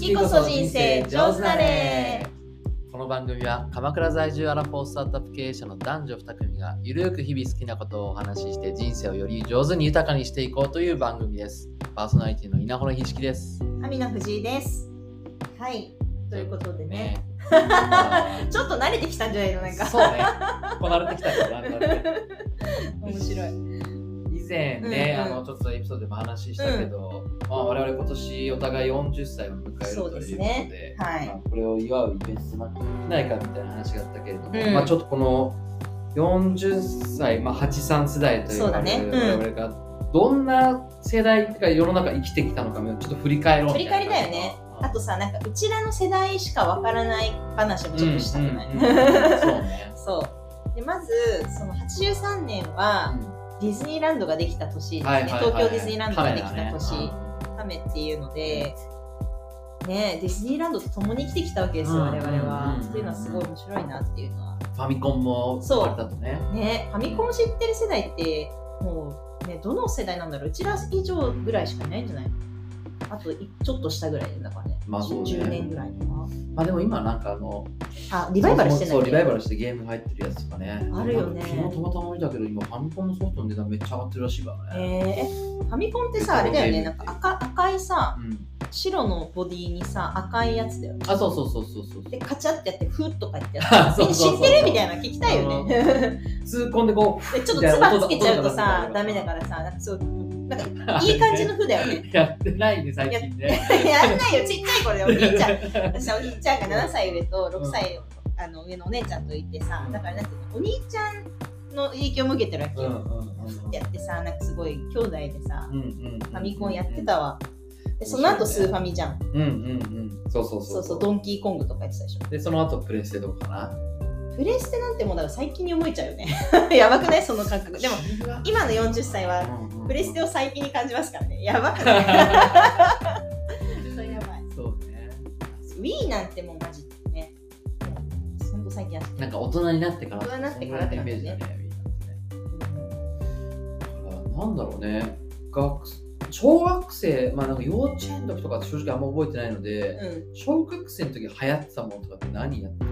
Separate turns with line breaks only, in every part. きこそ人生上手なれ
この番組は鎌倉在住アラフォースタートアップ経営者の男女2組がゆるく日々好きなことをお話しして人生をより上手に豊かにしていこうという番組です。パーソナリティの稲穂のひしきです。
アミナ藤井ですはいということでね
ねま
ちょっと慣れてきたんじゃないのなん
あ
か
そうね。こなれてきたよだんだんね。
面白い
以前ね、
うんうん
あのちょっとエピソードでも話したけど、まあ、我々今年お互い40歳を迎える
そう
とい
です
うことで
ねはい
まあこれを祝うイベントなんかできないかみたいな話があったけれども、
うん
まあ、ちょっとこの40歳、まあ、83世代とい
そううだ
か、
ねうん
我々がどんな世代っていうか世の中生きてきたのかもちょっと振り返ろう
振
み
り
た
返
い
り
な
だよねあとさなんかうちらの世代しかわからない話もちょっとしたくない、
うんうんうんそうね、
そうでまずその83年はディズニーランドができた年ですね、
はいはいはい
東京ディズニーランドができた
カメ
年
ラね
カメっていうので、ね、ディズニーランドと共に生きてきたわけです
う
よ、
ん
我々は
う。ん
っていうのはすごい面白いなっていうのは。
ファミコンも
そう
生まれたとね
ね、ファミコン知ってる世代って、もう、ね、どの世代なんだろう、うちら以上ぐらいしかいないんじゃないあといちょっと下ぐらいだからね、
まあそうね
10年ぐらいとか。
まあでも今なんかあの
あ、リバイバルしてない
そうそうリバイバルしてゲーム入ってるやつとかね
あるよね
昨日たまたま見たけど今ファミコンのソフトの値段めっちゃ上がってるらしいからね、
えーえファミコンってさ、あれだよね、なんか赤赤いさ、
うん、
白のボディにさ、赤いやつだよね。
あそうそうそうそうそう
で、カチャってやって、フーとか言ってや
あ
つ。
そ
み
う
ん
そう
な知
そう
ってるみたいな聞きたいよね。
痛恨でこ
でちょっ
みた
と
い
つ
な
ばつけちゃうと
音
さ
が音が
ダメだからさなんかそうなんかいい感じの風だよね
う やってないね最近ね
やんないよちっちゃい頃でお兄ちゃん私はお兄ちゃんが7歳上と6歳、あの上のお姉ちゃんといてさだからなんていうのお兄ちゃんの影響も受けてるわけ
うんう
よ、
んうん
やってさなんかすごい兄弟でさ
うんうん
ファミコンやってたわでその後スーファミじゃん
うんうんうんそうそう
そ
そうう
そうドンキーコングとかやってたでしょ
でその後プレステとかかな
プレステなんてもうだから最近に思えちゃうよね やばくないその感覚でも今の40歳はプレステ
を
を最近に感じますからねやばくないそれやばい
そうね
Wii なんてもうマジでねもうほんと最近やって
なんか大人になってから
大人になってからって
イ
感
メー
じ
ジ
ね
だねなんだろうね学小学生まあなんか幼稚園の時とか正直あんま覚えてないので、
うん、
小学生の時流行ってたものとかって何やって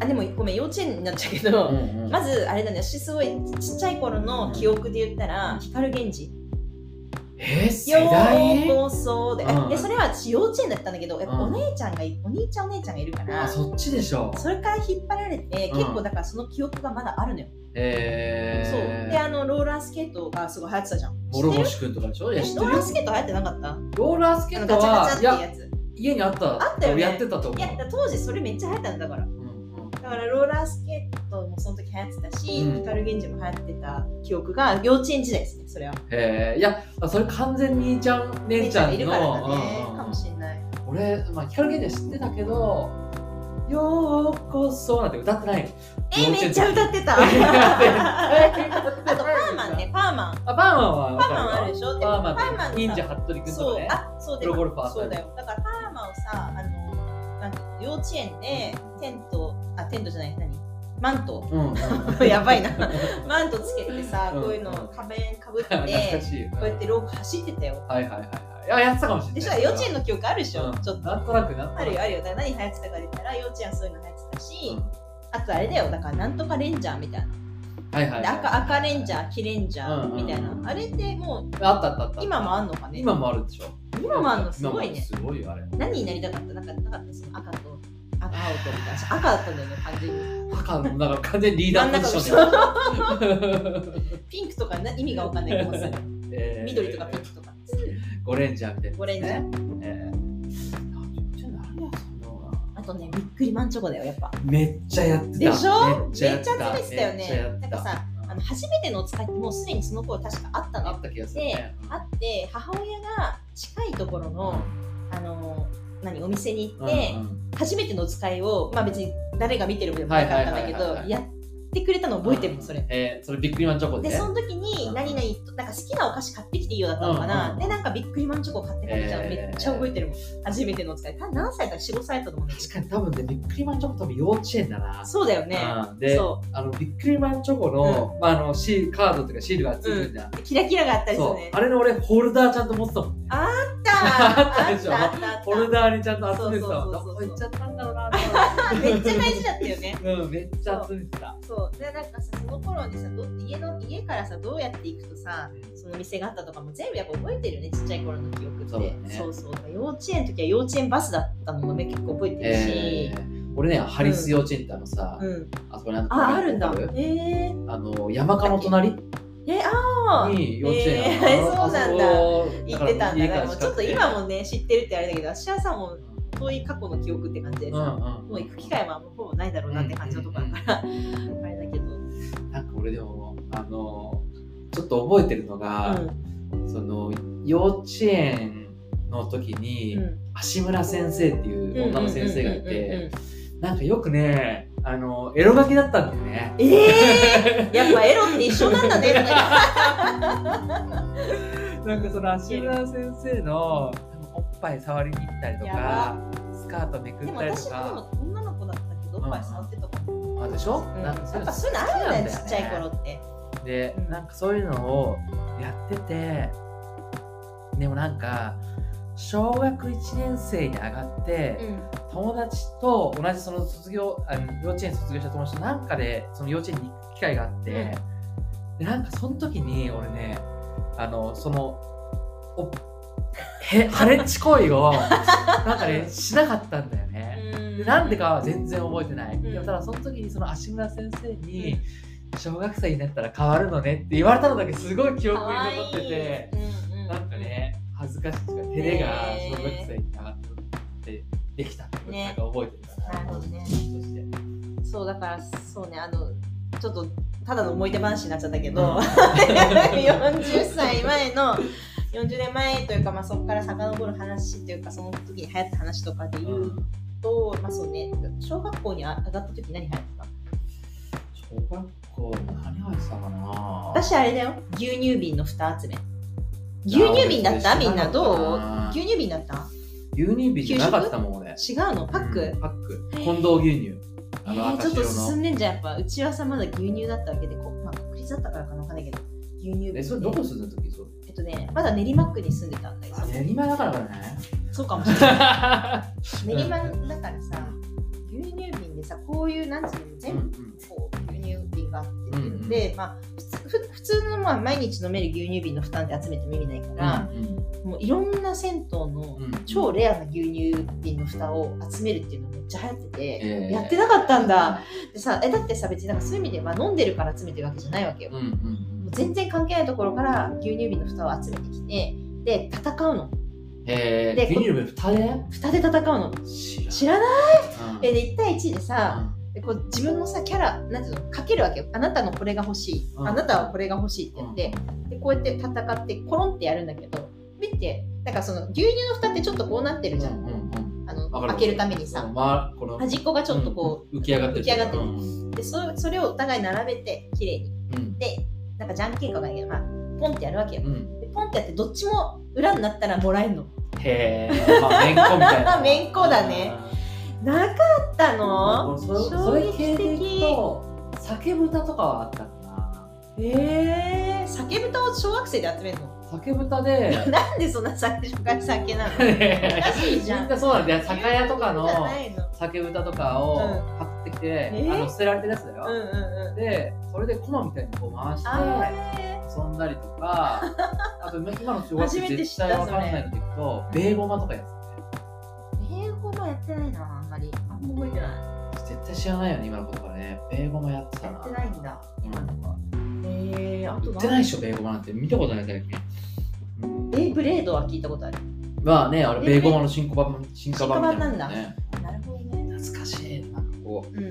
あでもごめん幼稚園になっちゃうけ
たの、
ど、
うんうん
まずあれだね私すごいちっちゃい頃の記憶で言ったら光源氏
えー、世代
ようこそで,、
うん
でそれは私幼稚園だったんだけどやっぱ
う
お
ん
姉ちゃんがいお兄ちゃんお姉ちゃんがいるから、
あそっちでしょ
それから引っ張られて
うん
結構だからその記憶がまだあるのよ、そうで
え
あのローラースケートがすごい流行ってたじゃん
ー、
知
諸
ってる
星くんとかでしょい
え
や知って
ロ
る
ー
よ
ラースケート流行ってなかった
ローラースケ
あ
ー
の
ト
ガチャ
は
ガチャっ
い
ていう
や
やつ
家にあった
あったよね
俺やってたと思う
いや当時それめっちゃ流行ったんだから
うんうん
だからローラースケートもその時流行ってたし、
うん
光源氏も流行ってた記憶が幼稚園時代ですねそれは
へえいやそれ完全に兄ちゃん姉ちゃんの
いるからだね
うんうん
かもしれない
俺、まあ、光源氏は知ってたけど「ようこそ」なんて歌ってない
えめっちゃ歌っ てたあとパーマンねパーマン
あパーマンはわ
パ
か
ーマンあ
る
る
よ
でしょで
パ
も
ーマン
パーマンの
忍
さ
者ハットリくんと
そ
か
う
ね
あそうで
プロゴルファー
そうだよだからパーマンをさあのなんか幼稚園でテントあテントじゃない何マ ント
うんうん
やばいな マントつけてさ
うん
こういうのを壁かぶっ
懐か
て
しい
こうやって廊下走ってたよ
はいはいはいはいいややってたかもしれない
でしょ幼稚園の記憶あるでしょ、
うん
ちょっと
なんとなくな
あるよあるよだから何流行ってたかで言ったら幼稚園はそういうの流行ってたし、
うん
あとあれだよだからなんとかレンジャーみたいな、
はいはいはい
で赤赤レンジャー黄レンジャ
うん
ー
うんう
み
ん
たいな、あれってもう
あったあったあった
今もあんのかね
今もあるでしょ
今もあんのすごい
今も
ね
すごいよあれ
何になりたかったなんかなかったその赤と赤青とみたいな赤だったんだよね完全に
赤のなんか完全にリーダーポジション
ピンクとかな意味がわかんないけ どさ
で、 えー
緑とかピンクとか
ゴレンジャーみたいな
オレンジャー
えーちょっと何やそんなのが
あとねびっくりマンチョコだよやっぱ
めっちゃやってた
でしょ
めっ
めっ
ち
ち
ゃ
ゃ
やってた
集めてたよ
めっちゃや
ね
って
なん
た
かさあの初めてのお使いってもうすでにその頃確かあったの
あ
よ
った気がするね
あって母親が近いところ
うん
のあの何お店に行
う
っ
ん
て、
うん
初めてのお使いを、まあ、別に誰が見てるわけでもなかったんだけ
はいはいはいはい
ど
はい
やってくれたの覚えてるもんそれ。
えーそれビックリマンチョコで
で
ね
その時に
うん
何々となんか好きなお菓子買ってきていいよだったのかな、
うんうん
でなんかびっくりマンチョコ買ってくれたの
えー
めっちゃ覚えてるもん初めてのお使いた何歳か45歳だったと思うんだけ
確かに多分ねビックリマンチョコ多分幼稚園だな
どそうだよね
うんで
そ
あのビックリマンチョコの,、まあ、あのシールカードというかシールがついてるじゃん、
うキラキラがあったりする
そう
ね
あれの俺ホルダーちゃんと持ってたもんね
あったあ
あったでしょ
あったあった
フォルダーにちゃんと集めてたわ
そう
ど
そうそう
こ
そう
行っちゃったんだろうな
めっちゃ大事だったよね
と思ってうんめっちゃ集めてた
そうでなんかさその頃にさど家の家からさどうやって行くとさその店があったとかも全部やっぱ覚えてるよねちっちゃい頃の記憶って
そうだね
そうそうだから幼稚園の時は幼稚園バスだったのもね結構覚えてる
え
し、
ー俺ねハリス幼稚園ってあのさ
うん、
あそこにあった
ああるんだ
わか
えー、
あの山鹿の隣
えあー
に幼稚園
えー
あの
そうなんだ
あそこ
行ってたんだ
家
か
からら
も
近く
うち
て
ょっと今もね知ってるってあれだけど私はさもう遠い過去の記憶って感じで
うん
さ、
うん
もう行く機会はもうほぼないだろうなって感じのところだから、あれだけど、うん、
なんか俺でもあのちょっと覚えてるのが、その幼稚園の時に、
うん
足村先生っていう女の先生がい
うんうんうんうん
て
うん
なんかよくねあのエロ書きだったんだよね。
え ー、やっぱエロって一緒なん だねみたいな
なんかその足村先生のおっぱい触りに行ったりと
や
かスカートめく
で
っ
も
たりと
私
か
も女の子だったけどおっぱい触ってたかも、
あでしょ、
うん、や
なんかそうい
っ
うの
ぱそういうのあるんだよちっちゃい頃って
で
うん
なんかそういうのをやっててでもなんか小学1年生に上がって、友達と同じその卒業あの幼稚園卒業した友達となんかでその幼稚園に行く機会があって、でなんかその時に俺ねあのそのお へ破裂行為をなんかねしなかったんだよね。
うん
でなんでかは全然覚えてない。
ん
でもただその時にその足村先生に小学生になったら変わるのねって言われたのだけすごい記憶に残ってて、
可愛いうんうん
なんかね恥ずかしくて照れが小学生になってできたってこと
ね
なんか覚えてるから、
なるほどね
そして
そうだからそうねあのちょっとただの思い出話になっちゃったけど、
うん
40歳前の40年前というか、まあ、そこから遡る話というかその時に流行った話とかで言うと、まあそうね小学校に上がった時何流行ってた
小学校何入ってたかな
私あれだよ牛乳瓶の蓋集め牛乳瓶だったみんなどう牛乳瓶だった
牛乳瓶じゃなかったもん俺
違うのパック、
うんパック近藤牛乳
え
あの
ー、ち
赤
ょっ
白
と
の
進んでんじゃんやっぱうちはさまだ牛乳だったわけでこ、まあ、国立だったからかなわかんないけど牛乳瓶
えそれどこ住んだ時そう
えっとねまだ練馬区に住んでたんだけど
あ練馬だからだね
そうかもしれない練馬だからさ牛乳瓶でさこういうなんつうの
うん
全
う
部
ん
こう牛乳瓶があってっていうの
うん
で、まあ、普通ふ普通のまあ毎日飲める牛乳瓶の負担で集めても意味ないから、もういろんな銭湯の
うんうん
超レアな牛乳瓶の蓋を集めるっていうのめっちゃ流行ってて、
えー
やってなかったんだでさえだってさ別になんかそういう意味で、まあ、飲んでるから集めてるわけじゃないわけよ
うんうんうん
もう全然関係ないところから牛乳瓶の蓋を集めてきてで戦うの
え
で
ー、牛乳瓶蓋で
蓋で戦うの
知
知らない
ら
えで1対1でさ、
うん
でこう自分のさキャラなんていうのかけるわけよあなたのこれが欲しい、
うん
あなたはこれが欲しいって言って、でこうやって戦ってコロンってやるんだけど見てなんかその牛乳の蓋ってちょっとこうなってるじゃん、
うんうんうん
あの
わかる
開けるために
その
さ
まこの
端っこがちょっとこ
うん浮き上がってる
浮き上がってる
うん
う、でそそれをお互い並べて綺麗に
うん
でなんかじゃんけんかわかんないけど、まあ、ポンってやるわけよ
うん
でポンってやってどっちも裏になったらもらえるの
へえ、まあ、めんこみた いな
めんこだねなかったの
それそ
衝
れ
撃
系でいく
的
と酒豚とかはあったかな
えー、酒豚を小学生で集めるの
酒豚で
なんでそんな最初から酒なのおかしいじゃん
みんなそうなんだよ酒屋とかの
じゃないの
酒豚とかを
うん
買ってきて、
え
あの捨てられてるやつだよ、
うんうんうん
でそれでコマみたいにこう回して
あ
遊んだりと かあと今の小学
初め
生
て知っ
絶
た
対わかんないのでいくとベーゴマとかやつ
ー英語もやってないなあんまりあんま覚えてない
絶対知らないよね今のことがねベーゴマやってたな
やってないんだ今の子はええあと
売ってないでしょベーゴマなんて見たことないだけ、うん
ベイブレードは聞いたことある
まあねあれ
ベ
ベ
ー
ー
ゴ
ゴ
マ
マの進化版進化版みたいなのね
なるほどね
懐かしいなんかこう
うん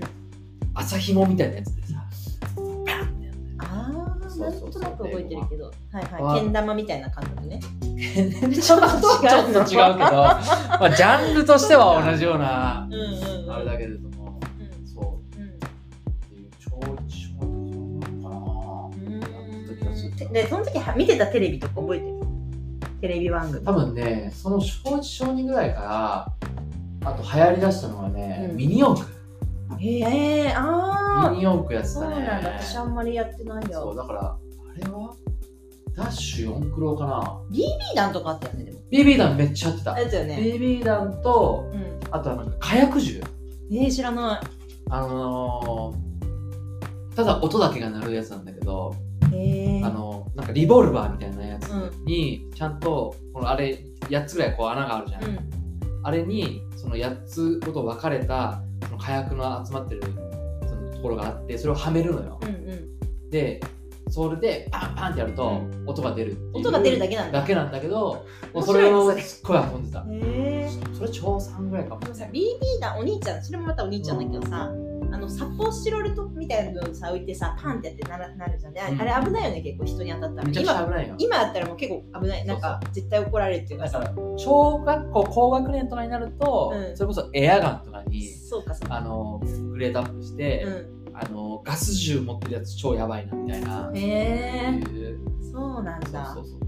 朝ひもみたいなやつ でさバンってやるんだよ
ああ
そ
な
うんそう
と
そう
なく覚えてるけどはい
は
はいいけん玉みたいな感覚ね
ちょっと違うけど、まあ、ジャンルとしては同じような
うんうんうん
あれだけれどもそうっていう超一小学校なのか
うんうん
ちょっと気がする
でその時は見てたテレビとか覚えてるテレビ番組
な多分ねその小一小二ぐらいからあと流行りだしたのはね、
うん
ミニ四駆
へえああ
ミニ四駆やって
そう
たね
なんだ私あんまりやってない
そう
よ
だからあれはダッシュ4クロかな
BB 弾とかあったよねでも
BB 弾めっちゃやって
あ
た
ったよね
BB 弾と
うん
あとはなんか火薬銃
えー、知らな
あのーただ音だけが鳴るやつなんだけど、
いへえ
あのなんかリボルバーみたいなやつにちゃんとこのあれ8つぐらいこう穴があるじゃん、
うん
あれにその8つごと分かれたその火薬の集まってるそのところがあってそれをはめるのよ、
うんうん
でそれでパンパンってやると
う
音が出るっていう
音が出るだけなんだ
だけなんだけどもう
面
そ
白い
れ
ね
を
それ
すっごい遊んでた
へえ
それ超3ぐらいかも
でもさ BB 弾お兄ちゃんそれもまたお兄ちゃんだけどさあのサポシロルトみたいなのさ置いてさパンってやってならなるじゃんねあれ,、
うん
あれ危ないよね結構人に当たったら
めちゃくちゃ
今
危ないよ
今やったらもう結構危ないなんか絶対怒られるっていうか
だ
さ
から小学校高学年とかになると、
うん
それこそエアガンとかに
そうかそうか
あのグレードアップして、
う
あのガス銃持ってるやつ超やばいなみたいな、
ん、へえ
いう
そうなん
そう
だ
そうそう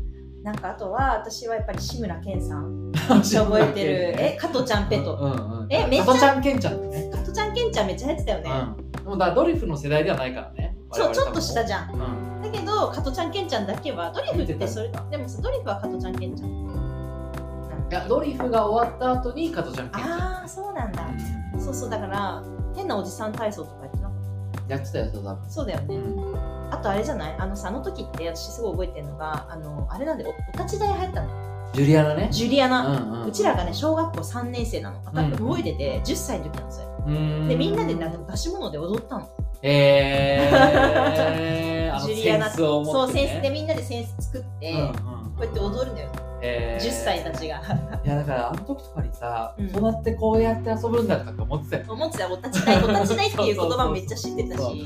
なんかあとは私はやっぱり志村けんさん
私
覚えてるえ加トちゃんペト、
うんうんうん、
えめっちゃ
加トちゃんケンちゃんだね、
加トちゃんけんちゃんめっちゃ入ってたよね、
うん、でもだからドリフの世代ではないからね
そうちょっと下じゃん
ゃん、うん、
だけど加トちゃんけんちゃんだけはドリフってそれ
見てた
でもさドリフは加トちゃんけんちゃん
いやドリフが終わった後に加トちゃんケンちゃん
ああそうなんだ、そうそうだから変なおじさん体操とかやってなかっ
やってたやつだ多
たそうだよね、
分、
あとあれじゃないあのさあの時って私すごい覚えてるのがあのあれなんでおお立ち台入ったの
ジュリアナね
ジュリアナ、
ん
うちらがね小学校3年生なの
うん
覚えてて10歳の時なんですよ
うん
でみんなでなんか出し物で踊ったの
えー、あの
ジュリアナ
センスを
そ
持っ
う
て、
扇子
ね、
でみんなで扇子作って、
うんうん
こうやって踊るのよ、
えー
10歳たちが
いやだからあの時とかにさ、
うん
そうやってこうやって遊ぶんだとか思ってたよ
思ってたお立ち台お立ち台っていう言葉もめっちゃ知ってた
そう
し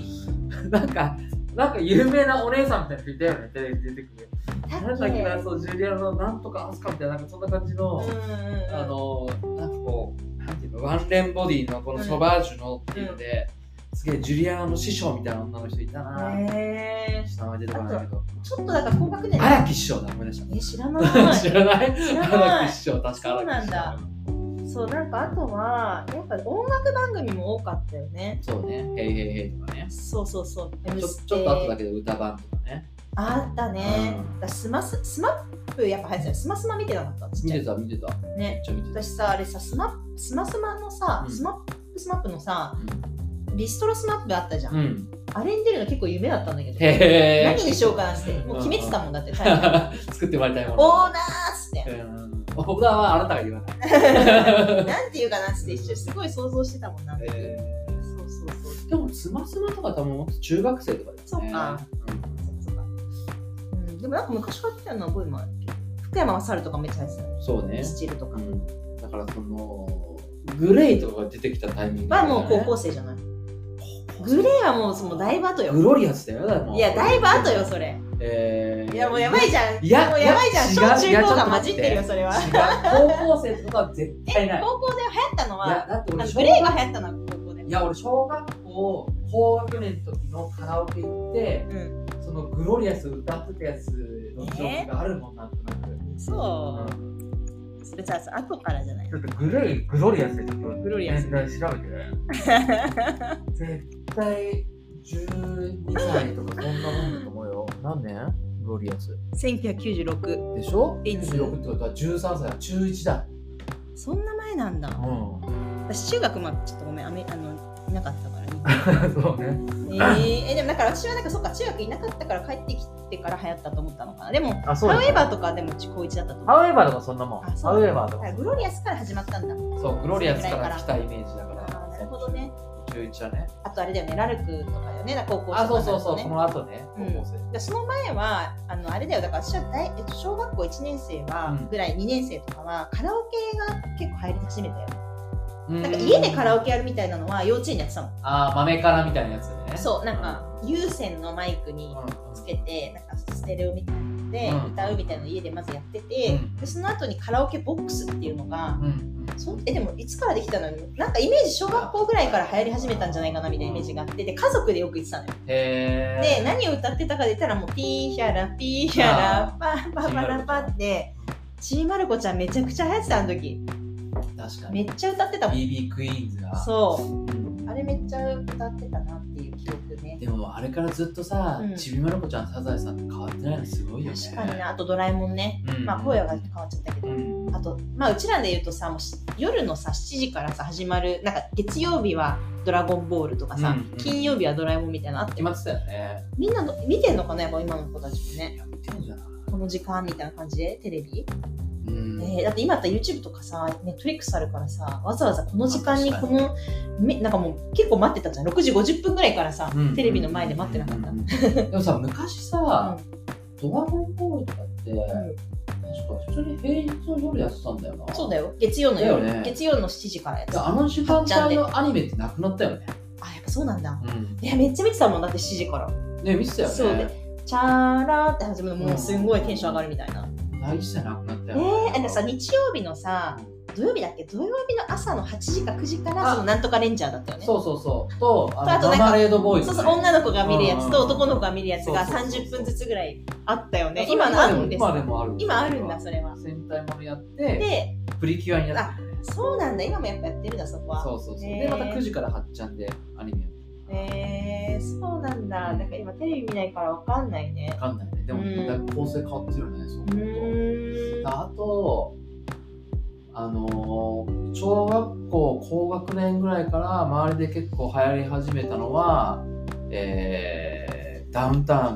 なんかなんか有名なお姉さんみたいな人いたよねテレビ出てくるなんだっけな
う
そうジュリアナのなんとかアスカみたいななんかそんな感じの、
んうんうん
あのなんかこうなんていうのワンレンボディのこのソバージュのっていうので、すげえジュリアナの師匠みたいな女の人いたな、
へー
名前出てこないけど
ちょっとだから高学年
荒木師匠だ思い出した
え知らない
知らない
知らない
荒木師匠確か荒木師匠
そうなんだそうなんかあとはやっぱ音楽番組も多かったよね
そうね「へいへいへい」とかね
そうそうそう
ち
M
ょ
ステ
ちょっと後だけど歌番とかね
あったね、
う
だからスマススマップやっぱ入ってたよスマスマ見てなかったちっ
見
ちゃ
て
い
た見てため
ね
っちゃ見てた
私さあれさスマスマスマのさ、
うん
スマップスマップのさビストロスマップあったじゃん、
うん
あれに出るの結構夢だったんだけど
へ
何にしようかなってもう決めてたもんだってタイトル
え作ってもらいたいも
オ
の
ーナーっつって
うんオーダーはあなたが言わない
なんて言うかなっつって一瞬すごい想像してたもんなって、
え
そうそうそう
ーでもスマスマとか多分もっと中学生とかだよね
そうかそっかそっかうん、でもなんか昔からやってたような覚えもあるけど福山雅治とかめっちゃ入ってたよね
うんそうね
ミスチルとか
うんだからそのグレイとかが出てきたタイミングだ
は
よね
もう高校生じゃない、グレーはもうそのだいぶ後よ
グロリアスだよだ
いやだいぶ後よそれ
えー
いやもうやばいじゃん
いや
もうやばいじゃん
い
小
や違う
中高が混じってる
いや
よそれは
違う高校生ってことは絶対 ない。
高校で流行ったの
いや
は
だって
あの
俺
グレーが流行ったのは高校で
いや俺小学校高学年の時のカラオケ行って
うん
そのグロリアス歌ってたやつの記憶があるもんなんとなく。
そうう、別にさ後からじゃない
ん、ちょっとグレイグロリアスでちょっと
グロリアス
年代調べて。絶対12歳とかそんなもんだと思うよ。何年グロリアス。
1996
でしょ
いつ
?26 ってことは13歳は中1だ。
そんな前なんだ
う
私中学までちょっとごめんあめあのいなかったから
ん。そうね。
えー、えでもだから私はなんかそっか中学いなかったから帰ってきてから流行ったと思ったのかなでも
あ、そ
ハウエバーとかでもうち高一だったと思う
ハウエバーとかそんなもん。
あ
ハ
そう
ウエバーと
だ
か
からグロリアスから始まったんだ
そう、グロリアスから来たイメージだから。
あーなるほどね
中1だね。
あとあれだよねラルクとかだよねだから高校生
あ、そうそうそう、
とか
こ
ね
の後ね、高
うん
校生。
でその前はあのあれだよだから私は大、えっと、小学校1年生は、
うん
ぐらい2年生とかはカラオケが結構入り始めたよ
な
なんか家でカラ
オケ。
オケやるみたいなのは幼稚園でやってたもん
あー、豆からみたいなやつだよね。
そうなんか有線のマイクに
うん。
つけてなんかステレオみたいなので
うん
歌うみたいなのを家でまずやってて、
うん
でその後にカラオケボックスっていうのが
うんうん。
そんえでもいつからできたのなんかイメージ小学校ぐらいから流行り始めたんじゃないかなみたいなイメージがあってで家族でよく行ってたのよ
へ
で
え。
何を歌ってたかで言ったらもうピーヒャラピーヒャラパーパーパラパってちーまる子ちゃんめちゃくちゃ流行ってたあの時
確か
め
に。
っちゃ歌ってたもん
BB クイーンズが。
そう
うん。
あれめっちゃ歌ってたなっていう記憶ね
でもあれからずっとさ、
うん
ちびまる子ちゃんサザエさんって変わってないのすごいよね
確かになあとドラえもんね
うん
まあ声が変わっちゃったけど
うん
あとまあうちらで言うとさもうし夜のさ7時からさ始まるなんか月曜日は「ドラゴンボール」とかさ、
うんうん
金曜日は「ドラえもん」みたいなのあって
決まってたよね
みんなの見てんのかなやっぱ今の子たちも
い
ね
や見てるじゃない
この時間みたいな感じでテレビ、
うん
えーだって今だったら YouTube とかさ Netflix あるからさわざわざこの時間にこのめなんかもう結構待ってたじゃん6時50分ぐらいからさ、
うん
テレビの前で待ってなかった、
うんでもさ昔さ、ドラゴンボールとかって、
ん
確か普通に平日の夜やってたんだよな
そうだよ月曜の夜、
だよね
月曜の7時からやつ
で
あ
あの時間帯のアニメってなくなったよね、
やっぱそうなんだ
う
いやめっちゃ見てたもんだって7時から
ん、ね見てたよね
そうねチャーラーって始めるのもうすんごいテンション上がるみたいな、
大事じゃなくなったよ
ね
ね
えあのさ日曜日のさ土曜日だっけ土曜日の朝の8時か9時から
あ
そのなんとかレンジャーだったよね
そうそうそうとあの
とあとなんか
マーマレードボーイズ
そう
ね、
そう女の子が見るやつと
うん
男の子が見るやつが
そうそうそう
30分ずつぐらいあったよね
それ
今のあるんです
今でもある
今あるんだそれは
戦隊ものやって
で
プリキュアになってるね
そうなんだ今もやっぱやってるんだそこは
そうそうそう
ね
でまた9時から8ちゃんでアニメやってる
へえそうなんだなんか今テレビ見ないからわかんないね
わかんないねでも
うん
だいぶ構成変わってるよねそう
う
思う
ーん
とあとあのー小学校高学年ぐらいから周りで結構流行り始めたのはえーダウンタウンの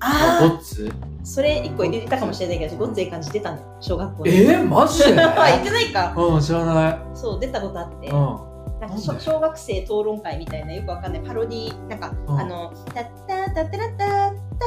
あ
ゴッツ
あそれ一個言ってたかもしれないけどごっつい感じ出たの小学校に
えー、マジで
あ言ってないか
うん知らない、
そう出たことあって
う
なんか小小学生討論会みたいなよくわかんないパロディなんか、
うん
あの「タッタッタッタラッタッタ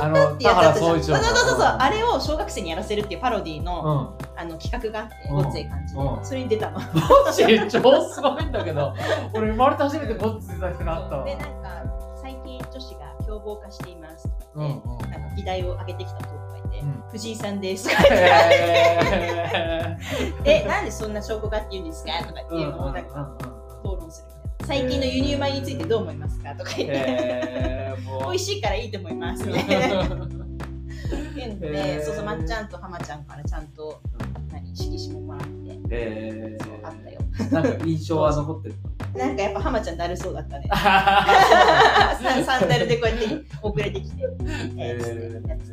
ッタ」
の
ってやつあったじゃ
田原総一
んそう
郎
そうそうそう
うん
あれを小学生にやらせるっていうパロディ
ん、
の,、
うん
あの企画があって
うん
ごっつい感じで、
うん
それに出たの。
マジ超すごいんだけど俺生まれて初めてゴッツ出た人になったわ
でなんか最近女子が凶暴化していますとか
うんう
言っ
ん
て、なんか議題を上げてきた子がいて、
うん
藤井さんですとか 言って
へ
えなんでそんな証拠がって言うんですかとかって
ーうん
いううんの
う
を
ん
なん
う
か
ん
討論するみたいな最近の輸入米についてどう思いますかとか言って、
へーも
美
う
味しいからいいと思 いますみたいな。っていうので、そうそう、まっちゃんとはまちゃんからちゃんと、何、色紙ももらって、
へ
そう
ー
あったよ。
なんか印象は残ってる。
なんかやっぱはまちゃんだるそうだったね ササンダルでこうやって遅れてきて、え
へ
ーつってやって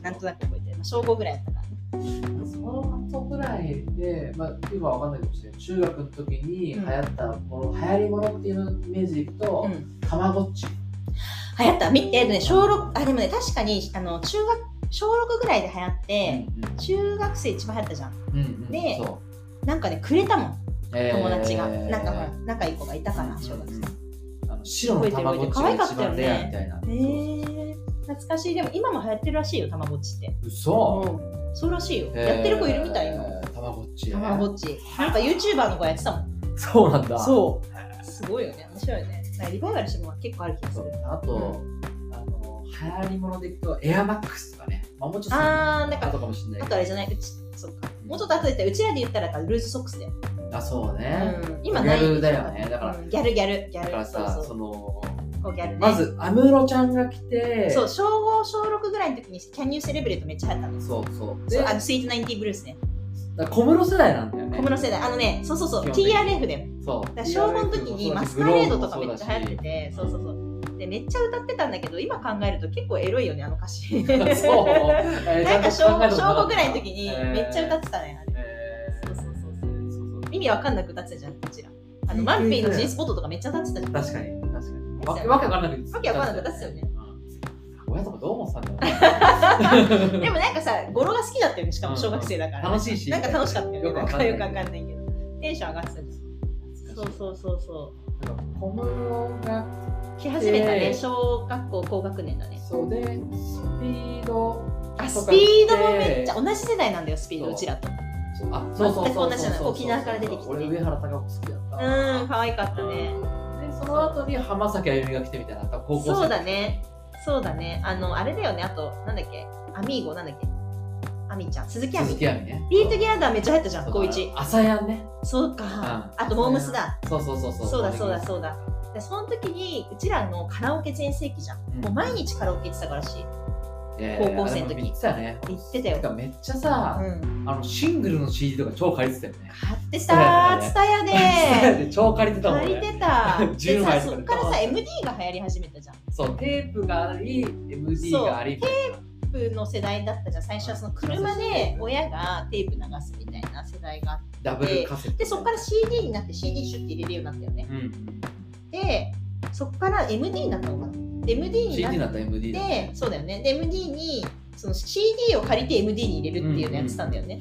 たなんとなく覚えてる、まあ、小5ぐらいだったからね。
その後ぐらいで、まあ、今は分かんないかもしれない中学の時に流行ったこの流行りものっていうイメージでいくと、
うん
たまごっち
流行った、見て、えっとね、小6、あ、でもね、確かに、あの、中学、小6ぐらいで流行って、中学生一番流行ったじゃん。
うんうん
で
そ
なんかね、くれたもん、
うへー
友達が。なんかほら、仲いい子がいたから、小学生。
あの白の卵っちが一番レアみたいな。
えー、懐かしい。でも今も流行ってるらしいよ、たまごっちって。
嘘、
うん、そうらしいよ、
えー
やってる子いるみたいよ。
たまごっちね。
たまごっち。なんか YouTuber の子やってたもん。
そうなんだ。
そう。すごいよね。面白いね。なんかリバイバルしてるものは結構ある気がす
そう
る。
あと、あの流行り物でいくとエアマックスとかね。まあもうちょっと
あーなんか
後かもしれな
あ
い
と
け
あれじゃないうち、そっか。
うん
もうちょっと後で言ったら、うちらで言ったらルーズソックスだよ。
ど。あそうね。
うん、今ない
ギャルだよねだから
うんギャルギャル、ギャ
だ
ル。
からさ
そ
そう
そう
の
こうギャルね。
まず安室ちゃんが来て。
そう、小5、小6ぐらいの時に、キャニューセレブレートめっちゃ流行ったの。
そうそう。で
そうあのスイートナインティーブルースね。
だから小室世代なんだよね
小。室世代。あのね、そうそうそう、
基本的に
TRF だよ。
そう。
だから小5の時にマスカレードとかめっちゃ流行っててそうそうそうでめっちゃ歌ってたんだけど今考えると結構エロいよねあの歌詞 なんか
そう。なん
小5ぐらいの時にめっちゃ歌ってたねあれ
えー
そうそうそう
そうそう
意味わかんなく歌ってたじゃんこちらあのマンピーの G スポットとかめっちゃ歌ってたじゃん
確かに確かにわ
ですよね
けわけわかんなくて
わけわかんなくて出すよね
うん親とかどう思ってたんだろう
でもなんかさ語呂が好きだったよねしかも小学生だから、
うん楽しいし
なんか楽しかったよね
よく
なん
わかん
か
ない
よくわかんないけどテンション上がってたじゃんそうそうそうそう
なんか小室が
来始めた
え
ね
ー
小学校高学年だね
そうでスピード
あ
と
ス
か
ピードもめっちゃ
で
同じ世代なんだよスピード
そう
うちらとう
そうあそうそう
全く
そう
同じ
そ
な
う
の
そう
沖縄から出てきて
俺上原孝子好きだった
ん可愛かったね、
でその後に浜崎あゆみが来てみたいな多分高校生
そうだねそうだねあのあれだよねあとなんだっけアミーゴなんだっけアミちゃん鈴木アミ
鈴木亜美ね
ビートギャダーめっちゃ入ったじゃん
そう
高一
朝やんね
そうか、あとモームスだ
そうそうそうそう
そうだそうだそうだでその時にうちらのカラオケ全盛期じゃん、
うん
もう毎日カラオケ行ってたからし
え
高校生の
あ
時
れも見てたね
言ってた
て
よ。
かめっちゃさ、
うん。
あのシングルの CD とか超借りてたよね
買ってさ、ツタヤで。
で 超借りてたもん
借
ね
りてた。 で
10枚
さ、
とか
そ
で
っからさ、MD が流行り始めたじゃん。
そうテープがあり MD
そう
がありみたいな
テープの世代だったじゃん。最初はその車で親がテープ流すみたいな世代があって。
ダブルカセット
で、そっから、CD になって CD シュッて入れるようになったよね。
うん、
で、そっから MD になったのかな。で MD に
CD
なっ
だったら MD だ
でそうだよねで MD にその CD を借りて MD に入れるっていうのやってたんだよね、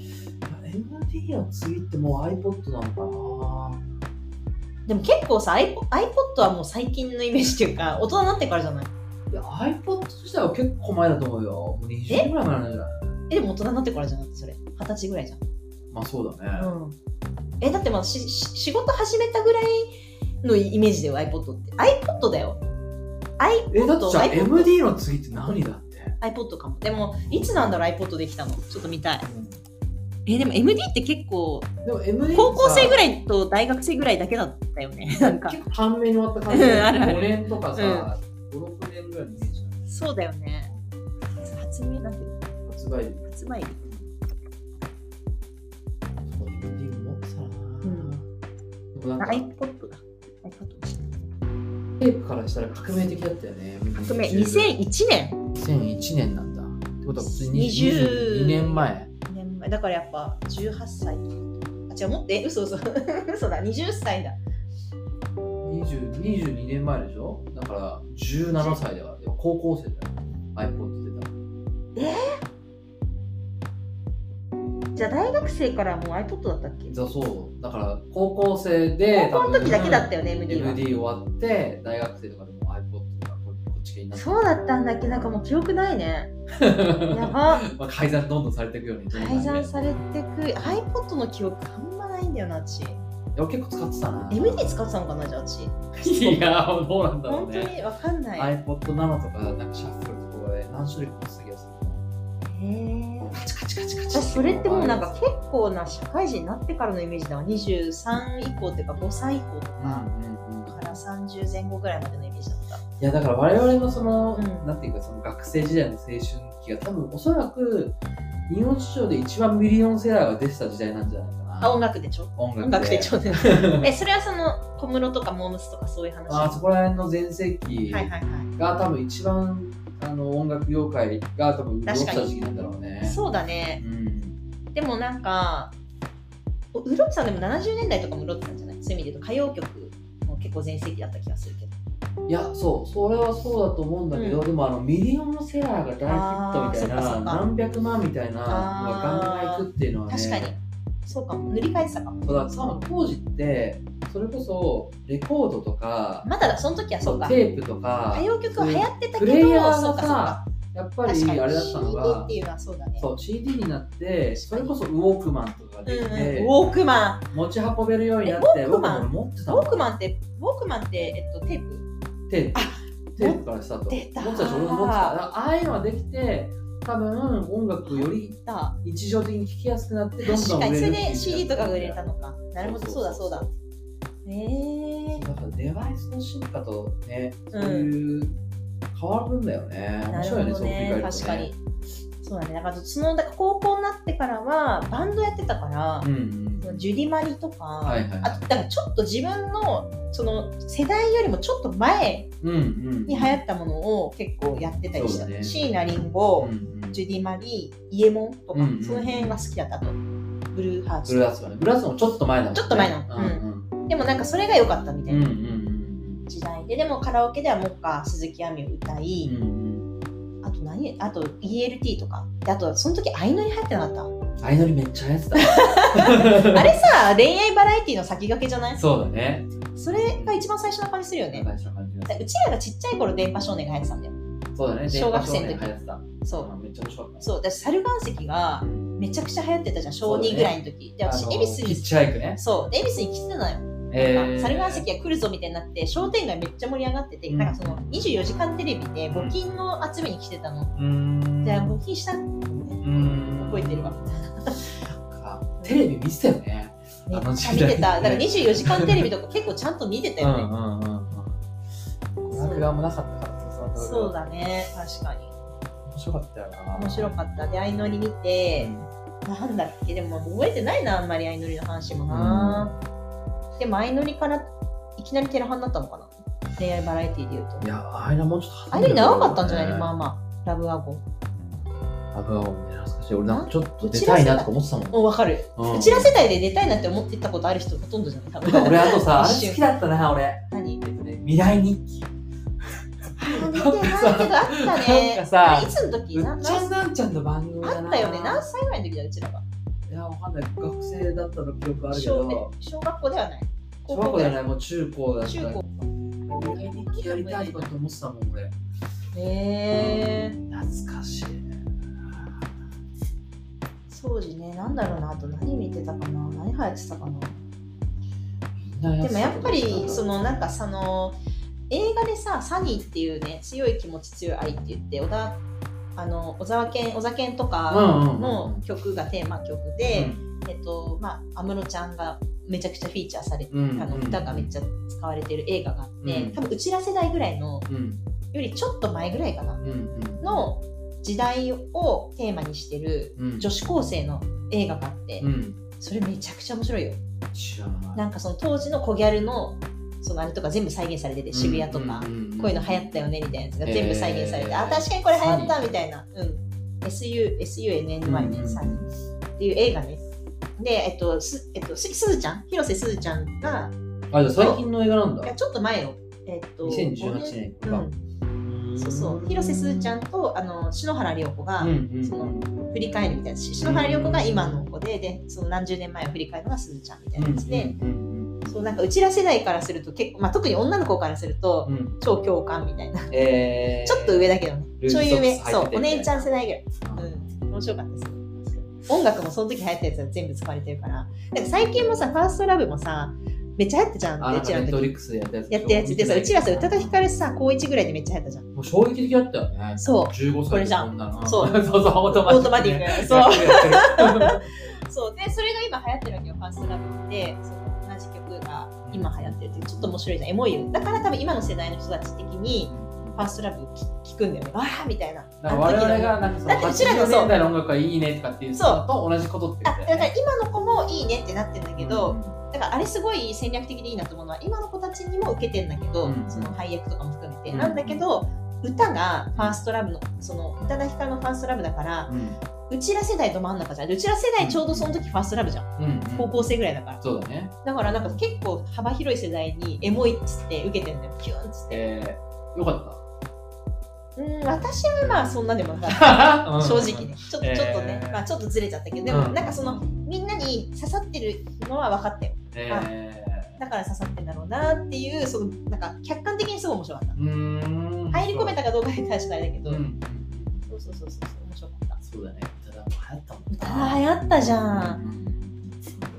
MD の次ってもう iPod なのか
でも結構さ iPod, iPod はもう最近のイメージっていうか大人になってからじゃない
ないや iPod 自体は結構前だと思うよもう20年ぐらい前なんじゃない
えでも大人になってからじゃなくてそれ二十歳ぐらいじゃん、
まあそうだね、
うん、えだってまあしし仕事始めたぐらいのイメージだよ iPod って iPod だよ iPod,
えだってじゃあ
iPod,
MD の次って何だって、
iPod かもでもいつなんだろう iPod できたのちょっと見たいえでも MD って結構
でも MD
高校生ぐ
い
らいと大学生ぐらいだけだったよねなんか
結構短命に終わった感じ
うんあるある
5年とかさ、五六56年ぐらいのイメージだね
そうだよね。発明なんていうの
発売日
発売日。
そう MD も持ってたな、
ん
でもなんか
iPod だ。iPod
テープからしたら革命的だったよね
革命2001年
2001年なんだってことは普通に
20
22年前
二年前だからやっぱ18歳とか。あ、違う、持って、え嘘嘘。 嘘だ、20歳だ。
20 22年前でしょだから17歳だからでも高校生だよ iPod 出た
じゃあ大学生からもう iPod だったっけ
だそうだから高校生で
高校の時だけだった
よ
よね、MD は。
MD 終わって大学生とかでもう iPod とかここっち系になって
そうだったんだっけなんかもう記憶ないね。や ば。
まあ改ざんどんどんされていくように
改ざん
れ
されてく。iPod の記憶あんまないんだよな、私。
結構使ってたな
MD 使ってたのかな、じゃあ、私。
いやーどうなんだろう
本当
ね
にわかんない。
iPod なのとかなんかシャッフルとかで何種類かもすげえす
へー
るカチカチカチカチ
私それってもうなんか結構な社会人になってからのイメージだわ23以降っていうか5歳以降と
うん
か
うんうん
から30前後ぐらいまでのイメージだった
いやだから我々のその、
うん
なんていうかその学生時代の青春期が多分おそらく日本市場で一番ミリオンセラーが出てた時代なんじゃないか
あ
な
音楽でしょ
音
音楽
で
でしょ えそれはその小室とかモームスとかそういう話
あそこら辺の全盛期
はいはいは
が多分一番あの音楽業界が多分動いてた時期なんだろう
い
ね
そうだね
うん
でもなんかおうろちさんでも70年代とかもうろってたんじゃないそういう意味で言うと歌謡曲も結構全盛期だった気がするけど
いやそうそれはそうだと思うんだけど、
う
でもあのミリオンセラーが大ヒットみたい
あーそっか
な
そっか
何百万みたいなのがガンガンいくっていうのはね
確かにそうかも塗り替えてたかも
そうだ多分当時ってそれこそレコードとか
まだだその時はそうか
テープとか
歌謡曲は流行ってた
プ
けど
レイヤー
そ
が
うかそうか
さやっぱ
確かに
りあれだったの
CD っ
が
ていうのはそうだね。
そう CD になってそれこそウォークマンとかが
うん
で
うん
き
ウ
て、
ォークマン、
持ち運べるようになっ
え
て
ウォーク
僕
マン
も持って
ウ
たの
ォークマンって、ウォークマンって、えっと、テープ。
テー
あ
プテープからスタート持
出
って
た
たでしょ俺も持ってただからああいうのができて多分音楽より
だ。
日常的に聴きやすくなってどん
確
どん
か
売
に、
れ
そ
る
れ
っていう
で CD とかが売れた
の
のか。なるほど、そうだそうだ。ええ
だからデバイスの進化とね、
う
そ
ん
ういう変わるんだよね。面
なる
白いよね、
ほ
そ
ど
う振り
ね
返。ると
確かに
ね。。
そうだね。なんかその、だから高校になってからは、バンドやってたから
う、んうん。
ジュリマリとか、
はいはい
あと、だからちょっと自分の、その、世代よりもちょっと前
うんうん。
に流行ったものを結構やってたり
そ
し
うだ
た。
ね
椎名林檎、
うんうん
ジュディ・マリー、イエモンと
うん
か、
うんうん
その辺が好きだったと。ブルーハー
ブ
ツ
ル。ーハーツはね。ブルーハーツもちょっと前なの、ね。
ちょっと前なの
うんうん。
でもなんかそれが良かったみた
う
い
んうん
な時代で、でもカラオケではもっか鈴木亜美を歌
うんう
い、
ん。
あと何あと ELT とか。であとその時アイノに入ってなかっ
相乗りめっちゃ流行って
た。あれさ、 恋愛バラエティの先駆けじゃない
た。そうだね。
それが一番最初な感じするよね。
最初の感じがす
うちらがちっちゃい頃電波少年が流行ってたんだよ。
るそうだね。
小学生の時
電波少年流行ってた。
そう。
う。めっちゃ面白かった。
そう、だし猿岩石がめちゃくちゃ流行ってたじゃん、小
そうだね
2ぐらいの時。で、私、
あの
恵比寿
ヒ
に
ッ、チハイクね。
そう、で恵比寿に来てたのよ。
えー
猿岩石が来るぞみたいになって商店街めっちゃ盛り上がってて、
うん
なんかその24時間テレビで募金の集めに来てたの、
うーん。
じゃあ募金した
うん。
覚えてるわみたい
あテレビ見てたよね。
な
あの
めっ
時
ちゃ
代
見てただから24時間テレビとか結構ちゃんと見てたよね、
んうんうんうん。娯楽側もなかったから
そう
だ。
だね確かに
面白かったよな
面白かったで相乗り見て、なんだっけでも覚えてないなあんまり相乗りの話もな、でも相乗りからいきなりテラハになったのかな恋愛バラエティーで言うと
いやあいなもうちょっと
相乗り長かったんじゃないのまあまあラブワゴン
あぶわね懐かしい俺なんかちょっと出たいなとか思ってたもん
もうわかる、
うん
うちら世代で出たいなって思ってたことある人ほとんどじゃない多
なんか
分
俺あとさあ
一瞬
れ好きだったな俺
何出て
ね未来日記
ないけどあったね
なんかさ
あれいつの時
う
な
っちゃん
な
なんちゃんの番組だ
あ
な
ったよね何歳ぐらいの時だうちらが
いやわかんない学生だったの記憶あるけ
小
ど
小学校ではない
小学校じゃないいもう中高だった
中高
未来日記やりたいとかって思ってたもん俺
へえ
懐かしい
当時ねなんだろうなあと何見てたかな何流行ってたかなでもやっぱりそのなんかその映画でさ「サニー」っていうね強い気持ち強い愛って言って小田あの小沢健小沢健とかの曲がテーマ曲で、えっとまあ安室ちゃんがめちゃくちゃフィーチャーされて、
うん
あの歌がめっちゃ使われてる映画があって、
うん
多分うちら世代ぐらいの
うん
よりちょっと前ぐらいかな
うんうん
の時代をテーマにしてる
うん
女子高生の映画があって、
うん
それめちゃくちゃ面白いよ。
知らない
なんかその当時のコギャルのそのあれとか全部再現されてて渋谷とか、こういうの流行ったよねみたいなやつが全部再現されて、
えー
あ確かにこれ流行った
サニー
みたいな、うん、SU SUNNY ね、サニー
ん
っていう映画ねでえっとす,、えっと、すすずちゃん広瀬すずちゃんが
あじゃあ最近の映画なん
いや
だ
ちょっと前よえっと
2018年
う
か
ん、そうそう広瀬すずちゃんとあの篠原涼子が
うんうん
その振り返るみたいな、し篠原涼子が今の子ででその何十年前を振り返るのがすずちゃんみたいなやつで、
うん
そうなんかうちら世代からすると結構、まあ、特に女の子からすると
うんうん
超共感みたいな
えー
ちょっと上だけどね
ルーズ
ちょい上
ソックス
そ
履い
う
てて
お
みたいな
姉ちゃん世代ぐらい、うん、面白かったです音楽もその時流行ったやつは全部使われてるからなんか最近もさ「ファーストラブもさめっちゃ流行ったじゃん
あ
って
なん
う
からネッ
ちの
トフ
時
リックスでやったやつ
やってるやつでさうちらさ宇多田ヒカ
ル
ルさ高1ぐらいでめっちゃ流行ったじゃん
もう衝撃的だったよね
そう
15歳
これじゃん
んなの
そう
そうそうオートマティック
オートマティッ クそう
やってるやってる
そうでそれが今流行ってるわけよ「ファーストラブってその同じ曲が今流行ってるっていうちょっと面白いじゃんエモいよだから多分今の世代の人たち的にファーストラブ聞聞くんだよねわあみたいな
だから我々がなんかその
だってうちらの
80
そう
年代の音楽がいいねとかっていうのと同じことって
あ
こと
だ
よ
から
ね
今の子もいいねってなってるんだけど、だからあれすごい戦略的でいいなと思うのは今の子たちにも受けてんだけど、
うん
その配役とかも含めて、
うん
なんだけど歌がファーストラブのその宇多田ヒカルのファーストラブだから
うん
うちら世代ど真ん中じゃんうちら世代ちょうどその時ファーストラブじゃん
うんうん
高校生ぐらいだから
そうだね
だからなんか結構幅広い世代にエモいっつって受けてんだよキュンっつって
えーよかった
うん私はまあそんなでもなかった 正
正
直ねちょっとちょっとね、
えー
まあちょっとずれちゃったけどでも
うん
なんかそのみんなに刺さってるのは分かったよ
え
だから刺さってんだろうなっていうそのなんか客観的にすごい面白かった
ーうーん
入り込め
た
たかどうかに対してあれだけど、
うん
そうそうそうそう面白かった
そうだねただもう流行ったもん
あー流行ったじゃん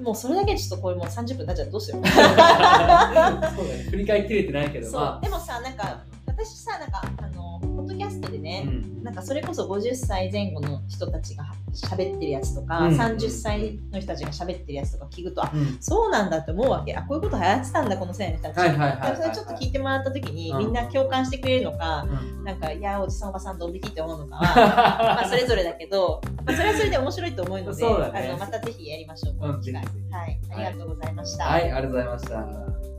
もうそれだけでちょっとこれもう30分になっちゃうどう しよう
そうだね振り返りきれてないけど
そう
ま
でもさなんか私さなんかあのポッドキャストで
あ
ね、
ん
なんかそれこそ50歳前後の人たちが喋ってるやつとか、
うん
30歳の人たちが喋ってるやつとか聞くとあ
うん
そうなんだって思うわけあこういうこと流行ってたんだこの世代の人たち、
はいはいはい
でそれちょっと聞いてもらった時に、
うん
みんな共感してくれるのか、
うん
なんかいやおじさんおばさんドン引きって思うのかはまあそれぞれだけど、まあ、それはそれで面白いと思うので
そうだね
あのまたぜひやりましょうこの機会、
うんぜひぜひ
はいありがとうございました、
はいありがとうございました